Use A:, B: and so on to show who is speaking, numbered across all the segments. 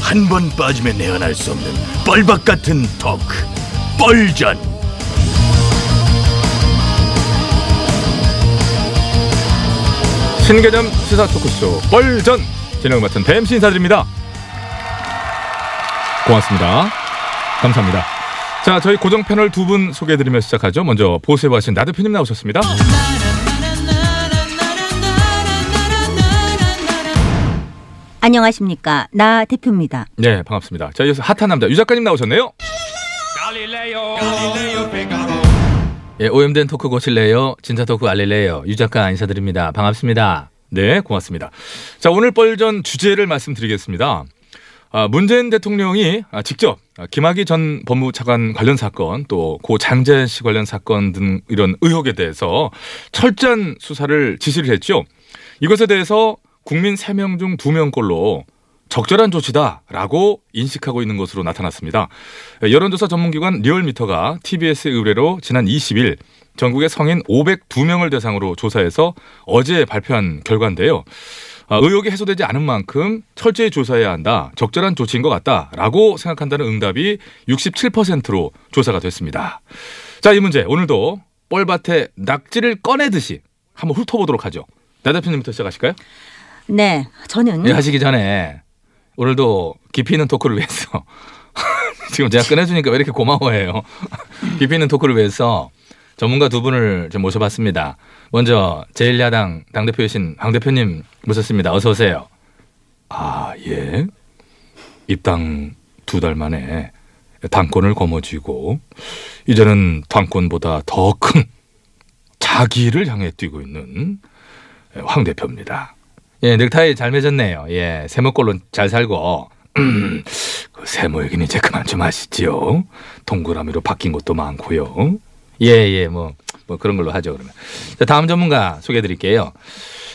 A: 한 번 빠지면 내안할 수 없는 뻘박 같은 토크 뻘전
B: 신개념 시사 토크쇼 뻘전 진행을 맡은 뱀씨 인사드립니다. 고맙습니다. 감사합니다. 자, 저희 고정 패널 두 분 소개해드리며 시작하죠. 먼저 보수에 하신 나 대표님 나오셨습니다.
C: 안녕하십니까 나 대표입니다.
B: 네, 반갑습니다. 자, 이어서 핫한 남자 유 작가님 나오셨네요.
D: 예, 오염된 토크 고칠래요? 진짜 토크 알릴래요? 유 작가 인사드립니다. 반갑습니다.
B: 네, 고맙습니다. 자, 오늘 뻘전 주제를 말씀드리겠습니다. 아, 문재인 대통령이 아, 직접 아, 김학의 전 법무부 차관 관련 사건 또 고 장재현 씨 관련 사건 등 이런 의혹에 대해서 철저한 수사를 지시를 했죠. 이것에 대해서 국민 3명 중 2명꼴로 적절한 조치다라고 인식하고 있는 것으로 나타났습니다. 여론조사 전문기관 리얼미터가 TBS 의뢰로 지난 20일 전국의 성인 502명을 대상으로 조사해서 어제 발표한 결과인데요. 아, 의혹이 해소되지 않은 만큼 철저히 조사해야 한다. 적절한 조치인 것 같다라고 생각한다는 응답이 67%로 조사가 됐습니다. 자, 이 문제 오늘도 뻘밭에 낙지를 꺼내듯이 한번 훑어보도록 하죠. 나 대표님부터 시작하실까요?
C: 네 저는
D: 예, 하시기 전에 오늘도 깊이 있는 토크를 위해서 지금 제가 꺼내주니까 왜 이렇게 고마워해요? 깊이 있는 토크를 위해서 전문가 두 분을 좀 모셔봤습니다. 먼저 제1야당 당대표이신 황 대표님 모셨습니다. 어서 오세요.
B: 아, 예. 입당 두 달 만에 당권을 거머쥐고 이제는 당권보다 더 큰 자기를 향해 뛰고 있는 황 대표입니다.
D: 예, 넥타이 잘 맺었네요. 예, 세모꼴로 잘 살고
B: 그 세모 얘기는 이제 그만 좀 하시지요. 동그라미로 바뀐 것도 많고요.
D: 예, 예, 뭐, 뭐 그런 걸로 하죠, 그러면. 자, 다음 전문가 소개해 드릴게요.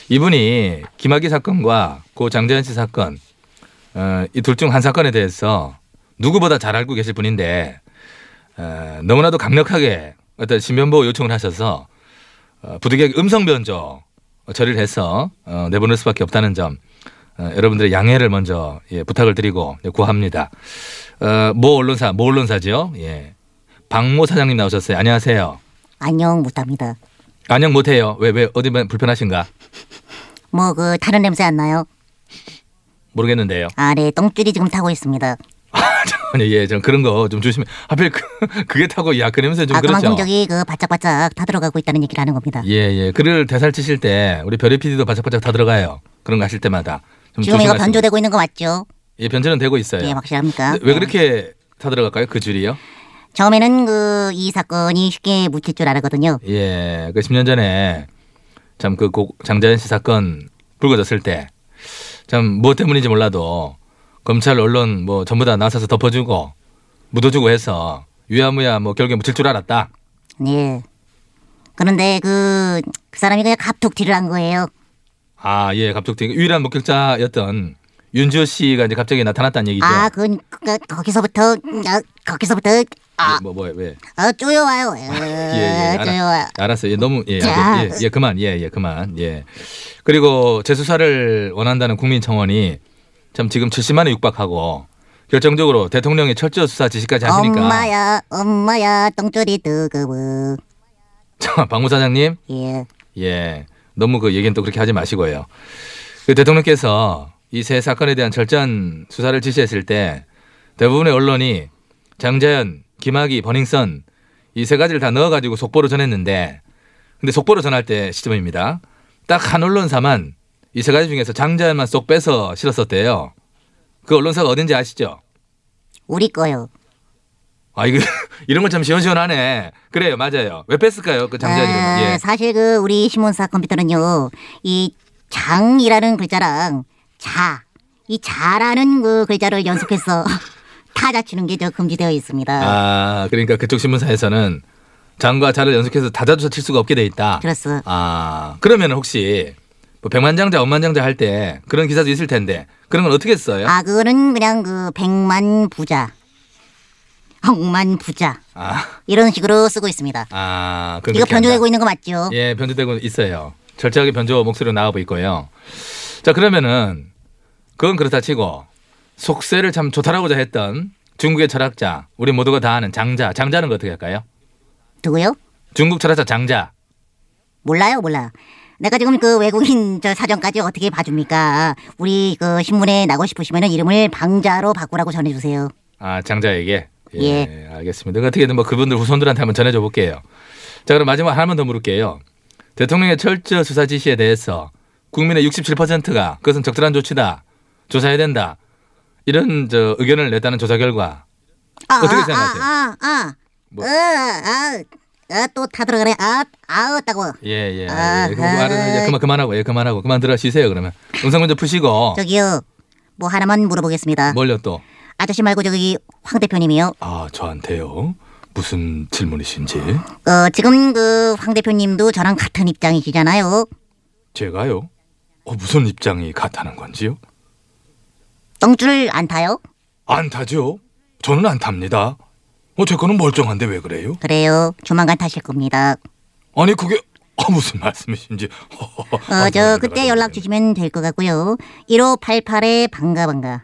D: 이분이 김학의 사건과 고 장재현 씨 사건, 어, 이 둘 중 한 사건에 대해서 누구보다 잘 알고 계실 분인데, 어, 너무나도 강력하게 어떤 신변보호 요청을 하셔서 어, 부득이하게 음성변조 처리를 해서 어, 내보낼 수밖에 없다는 점, 어, 여러분들의 양해를 먼저 예, 부탁을 드리고 예, 구합니다. 어, 모 언론사, 모 언론사죠. 예. 박모 사장님 나오셨어요. 안녕하세요.
C: 안녕 못합니다.
D: 안녕 못해요. 왜, 왜, 어디 불편하신가?
C: 뭐 그 다른 냄새 안 나요?
D: 모르겠는데요.
C: 아네 똥줄이 지금 타고 있습니다.
D: 네, 아니, 예, 좀 그런 거 좀 조심해. 하필 그, 그게 타고, 야, 그 냄새 좀
C: 아
D: 그렇죠.
C: 그만큼 저기 그 바짝바짝 다 들어가고 있다는 얘기를 하는 겁니다.
D: 예, 예. 글을 대살 치실 때, 우리 별의 PD도 바짝바짝 다 들어가요. 그런 거 하실 때마다. 좀
C: 지금 이거
D: 음, 조심하시고.
C: 변조되고 있는 거 맞죠?
D: 예, 변제는 되고 있어요.
C: 예 확실합니까?
D: 근데 왜
C: 네.
D: 그렇게 다 들어갈까요? 그 줄이요?
C: 처음에는 그 이 사건이 쉽게 묻힐 줄 알았거든요.
D: 예, 그 10년 전에 참 그 장자연 씨 사건 불거졌을 때 참 무엇 때문인지 몰라도 검찰 언론 뭐 전부 다 나서서 덮어주고 묻어주고 해서 유야무야 뭐 결국에 묻힐 줄 알았다.
C: 예. 그런데 그, 그 사람이 그냥 갑툭 튀를 한 거예요.
D: 아, 예, 갑툭튀 유일한 목격자였던 윤지호 씨가 이제 갑자기 나타났다는 얘기죠.
C: 아, 그, 그 거기서부터 아, 거기서부터 아,
D: 예, 뭐, 뭐, 왜?
C: 아 쪼여와요.
D: 예, 예,
C: 쪼여와요.
D: 알아, 알았어요. 예, 너무 예,
C: 자.
D: 예, 예, 그만, 예, 예, 그만, 예. 그리고 재수사를 원한다는 국민 청원이 참 지금 70만에 육박하고 결정적으로 대통령이 철저 수사 지시까지 하시니까.
C: 엄마야, 엄마야, 똥줄이 뜨거워.
D: 자, 박무 사장님,
C: 예.
D: 예, 너무 그 얘기는 또 그렇게 하지 마시고요. 그 대통령께서 이 세 사건에 대한 철저한 수사를 지시했을 때 대부분의 언론이 장자연, 김학의, 버닝썬 이 세 가지를 다 넣어가지고 속보로 전했는데 근데 속보로 전할 때 시점입니다. 딱 한 언론사만 이 세 가지 중에서 장자연만 쏙 빼서 실었었대요. 그 언론사가 어딘지 아시죠?
C: 우리 거요.
D: 아 이거 이런 건 참 시원시원하네. 그래요, 맞아요. 왜 뺐을까요, 그 장자연이?
C: 아,
D: 예.
C: 사실 그 우리 신문사 컴퓨터는요. 이 장이라는 글자랑 자, 이 자라는 그 글자를 연속해서 타자 치는 게 저 금지되어 있습니다.
D: 아 그러니까 그쪽 신문사에서는 장과 자를 연속해서 다자조사 칠 수가 없게 돼 있다.
C: 그렇소.
D: 아 그러면 혹시 뭐 백만장자, 엄만장자 할 때 그런 기사도 있을 텐데 그런 건 어떻게 써요?
C: 아, 그거는 그냥 그 백만 부자, 억만 부자
D: 아,
C: 이런 식으로 쓰고 있습니다.
D: 아 그건
C: 이거
D: 그렇게 한다.
C: 변조되고 있는 거 맞죠?
D: 예, 변조되고 있어요. 절제하게 변조 목소리로 나오고 있고요. 자, 그러면은 그건 그렇다 치고 속세를 참 조탈하고자 했던 중국의 철학자, 우리 모두가 다 아는 장자. 장자는 거 어떻게 할까요?
C: 누구요?
D: 중국 철학자 장자.
C: 몰라요, 몰라. 내가 지금 그 외국인 저 사정까지 어떻게 봐줍니까? 우리 그 신문에 나고 싶으시면은 이름을 방자로 바꾸라고 전해주세요.
D: 아, 장자에게.
C: 예.
D: 알겠습니다. 어떻게든 뭐 그분들 후손들한테 한번 전해줘 볼게요. 자, 그럼 마지막 하나만 더 물을게요. 대통령의 철저 수사 지시에 대해서 국민의 67%가 그것은 적절한 조치다. 조사해야 된다. 이런 저 의견을 냈다는 조사 결과.
C: 아,
D: 어떻게
C: 아,
D: 생각하세요?
C: 아, 아, 아,
D: 뭐?
C: 어, 아, 아, 또 다 들어가네. 아, 아웃다고.
D: 예, 예.
C: 아,
D: 예. 그거 알아서 이제
C: 아.
D: 그만 그만하고 예, 그만하고 그만 들어 쉬세요, 그러면. 음성 문제 푸시고
C: 저기요, 뭐 하나만 물어보겠습니다.
D: 뭘요 또?
C: 아저씨 말고 저기 황 대표님이요.
B: 아 저한테요? 무슨 질문이신지
C: 어, 지금 그 황 대표님도 저랑 같은 입장이시잖아요.
B: 제가요? 어, 무슨 입장이 같다는 건지요?
C: 똥줄 안 타요?
B: 안 타죠? 저는 안 탑니다.
D: 뭐
B: 어, 제 거는 멀쩡한데 왜 그래요?
C: 그래요. 조만간 타실 겁니다.
B: 아니 그게
D: 어,
B: 아, 무슨 말씀이신지.
C: 어, 저 그때 연락 주시면 될 것 같고요. 1588에 반가 반가.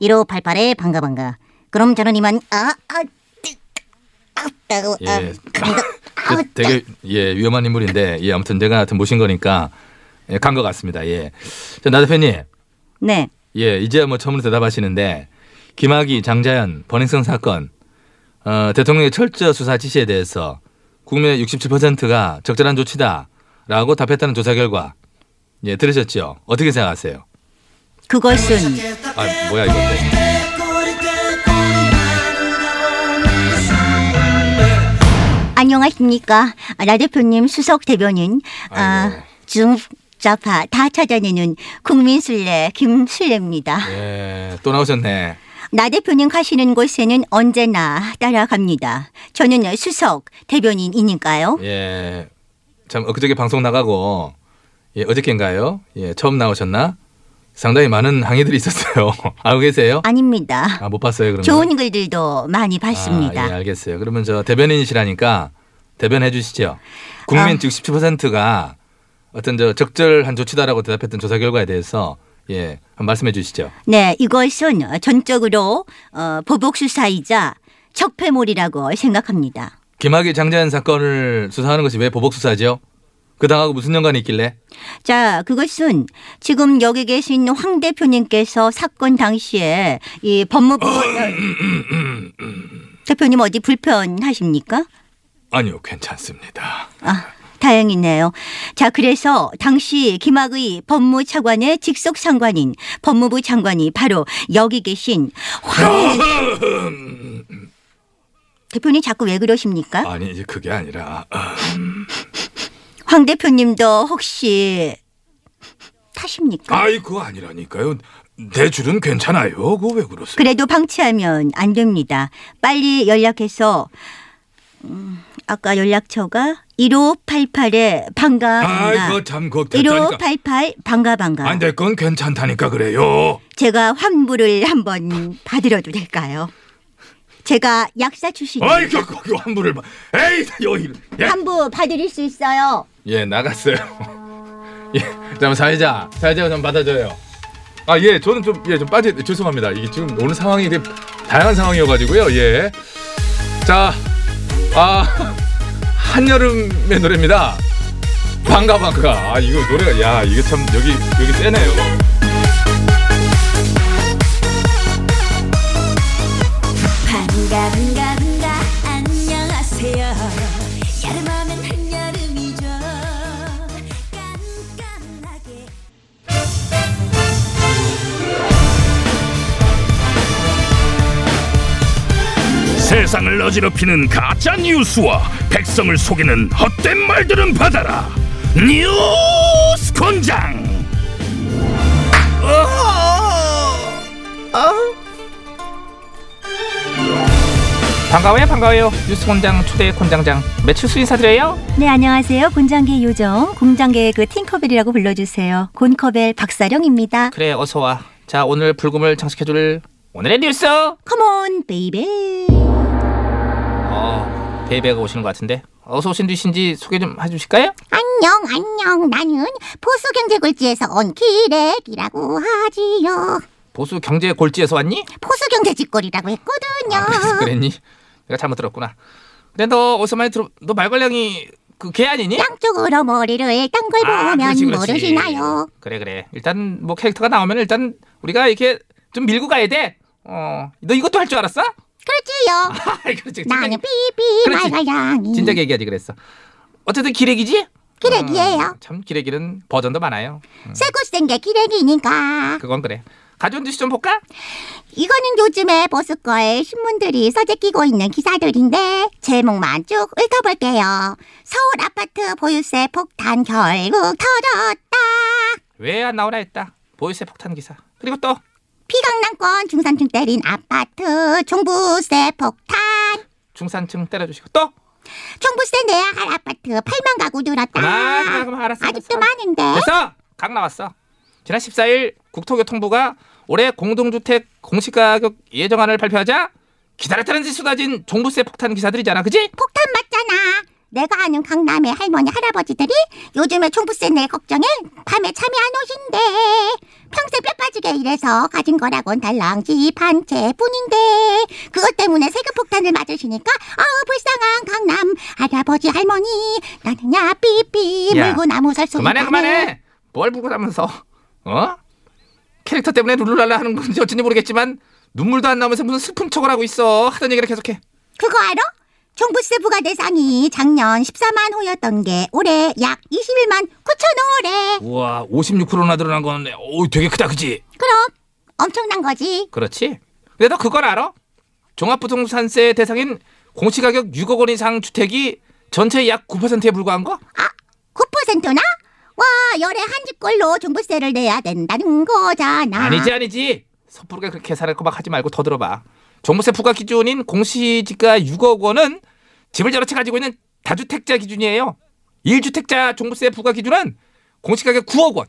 C: 1588에 반가 반가. 그럼 저는 이만 아, 아, 뜨, 아웃다고. 아,
D: 예.
C: 감사-
D: 그
C: 아웃.
D: 되게 예 위험한 인물인데 예 아무튼 제가 하여튼 모신 거니까 예, 간것 같습니다. 예. 자 나 대표님
C: 네.
D: 예 이제 뭐 처음으로 대답하시는데 김학의 장자연 번행성 사건 어, 대통령의 철저 수사 지시에 대해서 국민의 67%가 적절한 조치다라고 답했다는 조사 결과 예 들으셨죠? 어떻게 생각하세요?
C: 그것은
D: 아 뭐야 이거
C: 안녕하십니까. 아, 나 대표님 수석 대변인 아,
D: 아이고.
C: 중자파 다 찾아내는 국민순례 김순례입니다.
D: 예또 나오셨네.
C: 나 대표님 가시는 곳에는 언제나 따라갑니다. 저는 수석 대변인이니까요.
D: 예. 참 엊그저께 방송 나가고 예, 어저께인가요? 예, 처음 나오셨나? 상당히 많은 항의들이 있었어요. 알고 계세요?
C: 아닙니다.
D: 아, 못 봤어요, 그러면.
C: 좋은 글들도 많이
D: 아,
C: 봤습니다.
D: 예, 알겠어요. 그러면 저 대변인이시라니까 대변해 주시죠.
C: 아.
D: 국민 67%가 어떤 저 적절한 조치다라고 대답했던 조사 결과에 대해서 예, 한번 말씀해 주시죠.
C: 네, 이것은 전적으로 어, 보복 수사이자 적폐몰이라고 생각합니다.
D: 김학의 장자연 사건을 수사하는 것이 왜 보복 수사죠? 그 당하고 무슨 연관이 있길래?
C: 자, 그것은 지금 여기 계신 황 대표님께서 사건 당시에 이
D: 어,
C: 법무부
D: 음,
C: 대표님 어디 불편하십니까?
B: 아니요 괜찮습니다.
C: 아, 다행이네요. 자, 그래서 당시 김학의 법무차관의 직속 상관인 법무부 장관이 바로 여기 계신
D: 어?
C: 황 대표님 자꾸 왜 그러십니까?
B: 아니 이제 그게 아니라
C: 황 대표님도 혹시 타십니까?
B: 아이 그거 아니라니까요. 내 줄은 괜찮아요. 그거 왜 그러세요?
C: 그래도 방치하면 안 됩니다. 빨리 연락해서 음, 아까 연락처가 1588에 반가
B: 아이
C: 반가.
B: 그거 참 그러니까. 그거 됐다니까.
C: 1588 반가 반가.
B: 아니 내건 괜찮다니까 그래요.
C: 제가 환불을 한번 받으려도 될까요? 제가 약사 출신
B: 아이 그 거기 환불을 봐. 에이 여기. 예.
C: 환불 받으실 수 있어요.
D: 예, 나갔어요. 예, 잠깐 사회자, 사회자가 좀 받아줘요.
B: 아, 예, 저는 좀, 예, 좀 빠져, 죄송합니다. 이게 지금 오늘 상황이 되게 다양한 상황이어가지고요, 예. 자, 아, 한여름의 노래입니다. 반가, 반가. 아, 이거 노래가, 야, 이게 참, 여기, 여기 세네요.
E: 반가 반가 반가 안녕하세요 여름하면 한여름이죠 깐깐하게
A: 세상을 어지럽히는 가짜 뉴스와 백성을 속이는 헛된 말들은 받아라. 뉴스 권장.
D: 반가워요, 반가워요. 뉴스 권장 초대 권장장 매출 수 인사드려요.
F: 네, 안녕하세요. 곤장계 요정, 공장계의 그 팅커벨이라고 불러주세요. 곤커벨 박사령입니다.
D: 그래, 어서 와. 자, 오늘 불금을 장식해줄 오늘의 뉴스.
C: 컴온 베이베.
D: 어, 베이베가 오시는 것 같은데 어서 오신 뒤신지 소개 좀 해주실까요?
C: 안녕 안녕 나는 보수경제굴지에서 온 기랩이라고 하지요.
D: 보수 경제 골지에서 왔니?
C: 포수 경제 짓거리라고 했거든요.
D: 아, 그래서 그랬니? 내가 잘못 들었구나. 근데 너 어디서 많이 들어? 너 말괄량이 그 개 아니니?
C: 양쪽으로 머리를 딴 걸
D: 아,
C: 보면 모르시나요?
D: 그래 그래. 일단 뭐 캐릭터가 나오면 일단 우리가 이렇게 좀 밀고 가야 돼. 어, 너 이것도 할 줄 알았어?
C: 그렇지요.
D: 아이, 그렇지. 진작,
C: 나는 삐삐
D: 그렇지.
C: 말갈량이.
D: 진작 얘기하지 그랬어. 어쨌든 기레기지?
C: 기레기예요.
D: 어, 참 기레기는 버전도 많아요.
C: 새고 센게 기레기니까.
D: 그건 그래. 가져온 뉴스 좀 볼까?
C: 이거는 요즘에 버스커에 신문들이 서재 끼고 있는 기사들인데 제목만 쭉 읽어볼게요. 서울 아파트 보유세 폭탄 결국 터졌다.
D: 왜 안 나오나 했다. 보유세 폭탄 기사. 그리고 또
C: 피강남권 중산층 때린 아파트 종부세 폭탄.
D: 중산층 때려주시고 또
C: 종부세 내야 할 아파트 8만 가구 늘었다.
D: 아, 그만, 그만, 그만, 알았어,
C: 아직도
D: 알았어.
C: 많은데.
D: 됐어. 각 나왔어. 지난 14일 국토교통부가 올해 공동주택 공시가격 예정안을 발표하자 기다렸다는 듯 쏟아진 종부세 폭탄 기사들이잖아, 그지?
C: 폭탄 맞잖아. 내가 아는 강남의 할머니 할아버지들이 요즘에 총부세 낼 걱정에 밤에 잠이 안 오신대. 평소 뼈 빠지게 일해서 가진 거라곤 달랑 집 한 채뿐인데 그것 때문에 세금 폭탄을 맞으시니까 아우 불쌍한 강남 할아버지 할머니 나는야 삐삐
D: 야,
C: 물고 나무 설수
D: 그만해, 그만해. 뭘 보고 하면서 어? 캐릭터 때문에 룰루랄라 하는 건지 어쩐지 모르겠지만 눈물도 안 나면서 무슨 슬픈 척을 하고 있어. 하던 얘기를 계속해.
C: 그거 알아? 종부세 부과 대상이 작년 14만 호였던 게 올해 약 21만 9천 호래.
D: 우와, 56%나 늘어난 건 오, 되게 크다, 그지?
C: 그럼 엄청난 거지.
D: 그렇지. 근데 너 그걸 알아? 종합부동산세 대상인 공시가격 6억 원 이상 주택이 전체의 약 9%에 불과한 거?
C: 9%나? 아, 와, 열에 한 집꼴로 종부세를 내야 된다는 거잖아.
D: 아니지 아니지. 섣부르게 그렇게 계산할 거막 하지 말고 더 들어봐. 종부세 부과 기준인 공시지가 6억 원은 집을 여러 채 가지고 있는 다주택자 기준이에요. 1주택자 종부세 부과 기준은 공시가격 9억 원.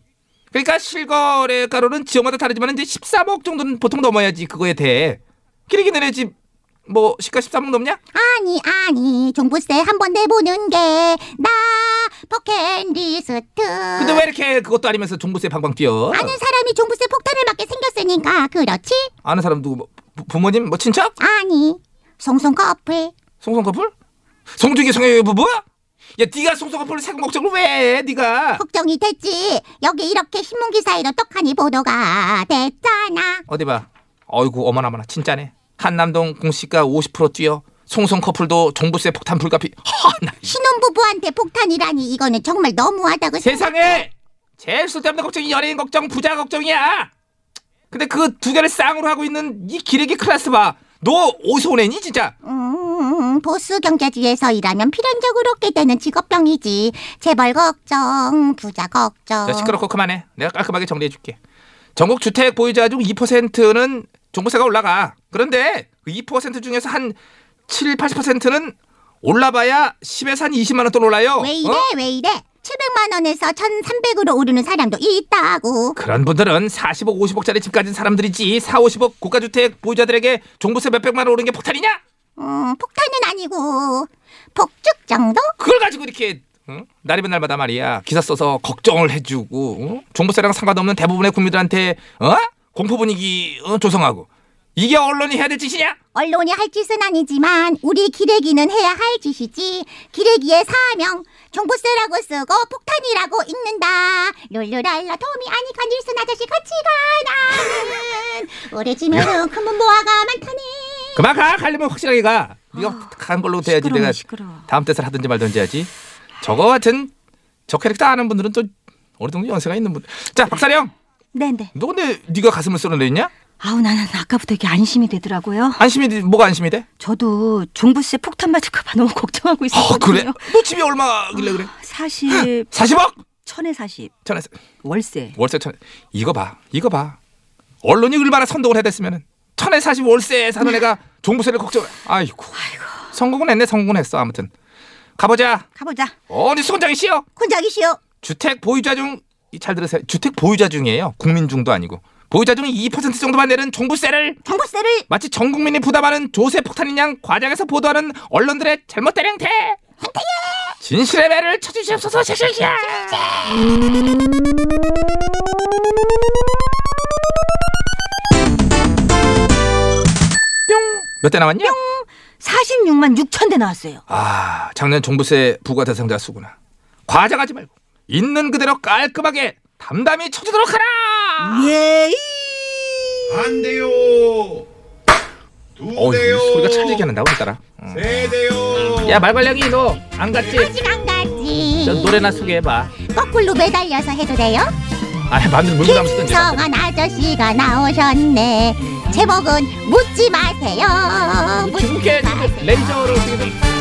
D: 그러니까 실거래가로는 지역마다 다르지만 이제 13억 정도는 보통 넘어야지 그거에 대해. 끼리기 너네 집뭐 시가 13억 넘냐?
C: 아니, 아니. 종부세 한 번 내보는 게, 나, 포켓리스트.
D: 근데 왜 이렇게 그것도 아니면서 종부세 방방 뛰어?
C: 아는 사람이 종부세 폭탄을 맞게 생겼으니까, 그렇지?
D: 아는 사람 누구 뭐, 부- 부모님 뭐 친척?
C: 아니. 송송 커플.
D: 송송 커플? 송중기 송혜교 부부? 야 네가 송송 커플 세금 걱정을 왜 해, 네가?
C: 걱정이 됐지. 여기 이렇게 신문기사에도 떡하니 보도가 됐잖아.
D: 어디 봐. 어이구 어머나머나 진짜네. 한남동 공시가 50% 뛰어. 송송 커플도 종부세 폭탄 불가피. 허나
C: 신혼부부한테 폭탄이라니, 이거는 정말 너무하다고
D: 세상에 제일 쓸데없는 걱정이 연예인 걱정, 부자 걱정이야. 근데 그 두 개를 쌍으로 하고 있는 이 기레기 클래스 봐. 너 어디서 오네니 진짜?
C: 음, 보수 경제지에서 일하면 필연적으로 얻게 되는 직업병이지. 재벌 걱정, 부자 걱정.
D: 자, 시끄럽고 그만해. 내가 깔끔하게 정리해줄게. 전국 주택 보유자 중 2%는 종부세가 올라가. 그런데 그 2% 중에서 한 7, 80%는 올라봐야 10에서 한 20만 원 돈 올라요.
C: 왜 이래,
D: 어?
C: 왜 이래? 700만 원에서 1,300으로 오르는 사람도 있다고.
D: 그런 분들은 40억, 50억짜리 집 가진 사람들이지 4, 50억 고가주택 보유자들에게 종부세 몇백만 원 오른 게 폭탄이냐?
C: 음, 폭탄은 아니고 폭죽 정도?
D: 그걸 가지고 이렇게 응? 날이 맨날마다 말이야 기사 써서 걱정을 해주고 응? 종부세랑 상관없는 대부분의 국민들한테 어? 공포 분위기 어, 조성하고 이게 언론이 해야 될 짓이냐?
C: 언론이 할 짓은 아니지만 우리 기레기는 해야 할 짓이지. 기레기의 사명. 종부세라고 쓰고 폭탄이라고 읽는다. 룰루랄라 도미 아니 간질순 아저씨 같이 가나. 우리 집에는 큰 문보화가 많다네.
D: 그만 가 갈리면 확실하게 가 네가 간 걸로 돼야지
F: 아, 시끄러워,
D: 내가
F: 시끄러워.
D: 다음 대사를 하든지 말든지 해야지 저거 같은 저 캐릭터 아는 분들은 또 어느 정도 연세가 있는 분자 박사령
F: 네네.
D: 너 근데 네가 가슴을 쓸어내냐?
F: 아우 나는 아까부터 이게 안심이 되더라고요.
D: 안심이 돼- 뭐가 안심이 돼?
F: 저도 종부세 폭탄 맞을까봐 너무 걱정하고
D: 어, 그래?
F: 있었거든요.
D: 너 집이 얼마길래 그래?
F: 40,
D: 40억?
F: 천에 40
D: 전화
F: 월세.
D: 월세 천 이거 봐 이거 봐 언론이 얼마나 선동을 해댔으면은 천에 40 월세 사는 애가 종부세를 걱정 아이고 성공은 했네 성공은 했어 아무튼 가보자
F: 가보자.
D: 어니 수건장이 씨요
C: 곤장이시오.
D: 주택 보유자 중 잘 들으세요 주택 보유자 중이에요 국민 중도 아니고 보유자 중 2% 정도만 내는 종부세를
C: 종부세를
D: 마치 전 국민이 부담하는 조세 폭탄인 양 과장해서 보도하는 언론들의 잘못된 행태 진실의 배를 쳐주시옵소서 샤샤샤 몇 대 나왔냐?
F: 46만 6천 대 나왔어요.
D: 아, 작년 종부세 부과 대상자 수구나. 과장하지 말고 있는 그대로 깔끔하게 담담히 쳐주도록 하라.
F: 예이.
A: 안 돼요. 두
D: 어이, 소리가 찰지게 난다 오늘따라. 응.
A: 세 대요.
D: 야 말발령이 너 안 갔지?
C: 아직 안 가지.
D: 저 노래나 소개해봐.
C: 거꾸로 매달려서 해도 돼요?
D: 아, 마음대로 물고 담으던지
C: 김성한 아저씨가 나오셨네. 제목은 묻지 마세요. 묻지
D: 지금께
C: 마세요.
D: 레이저를 어떻게 좀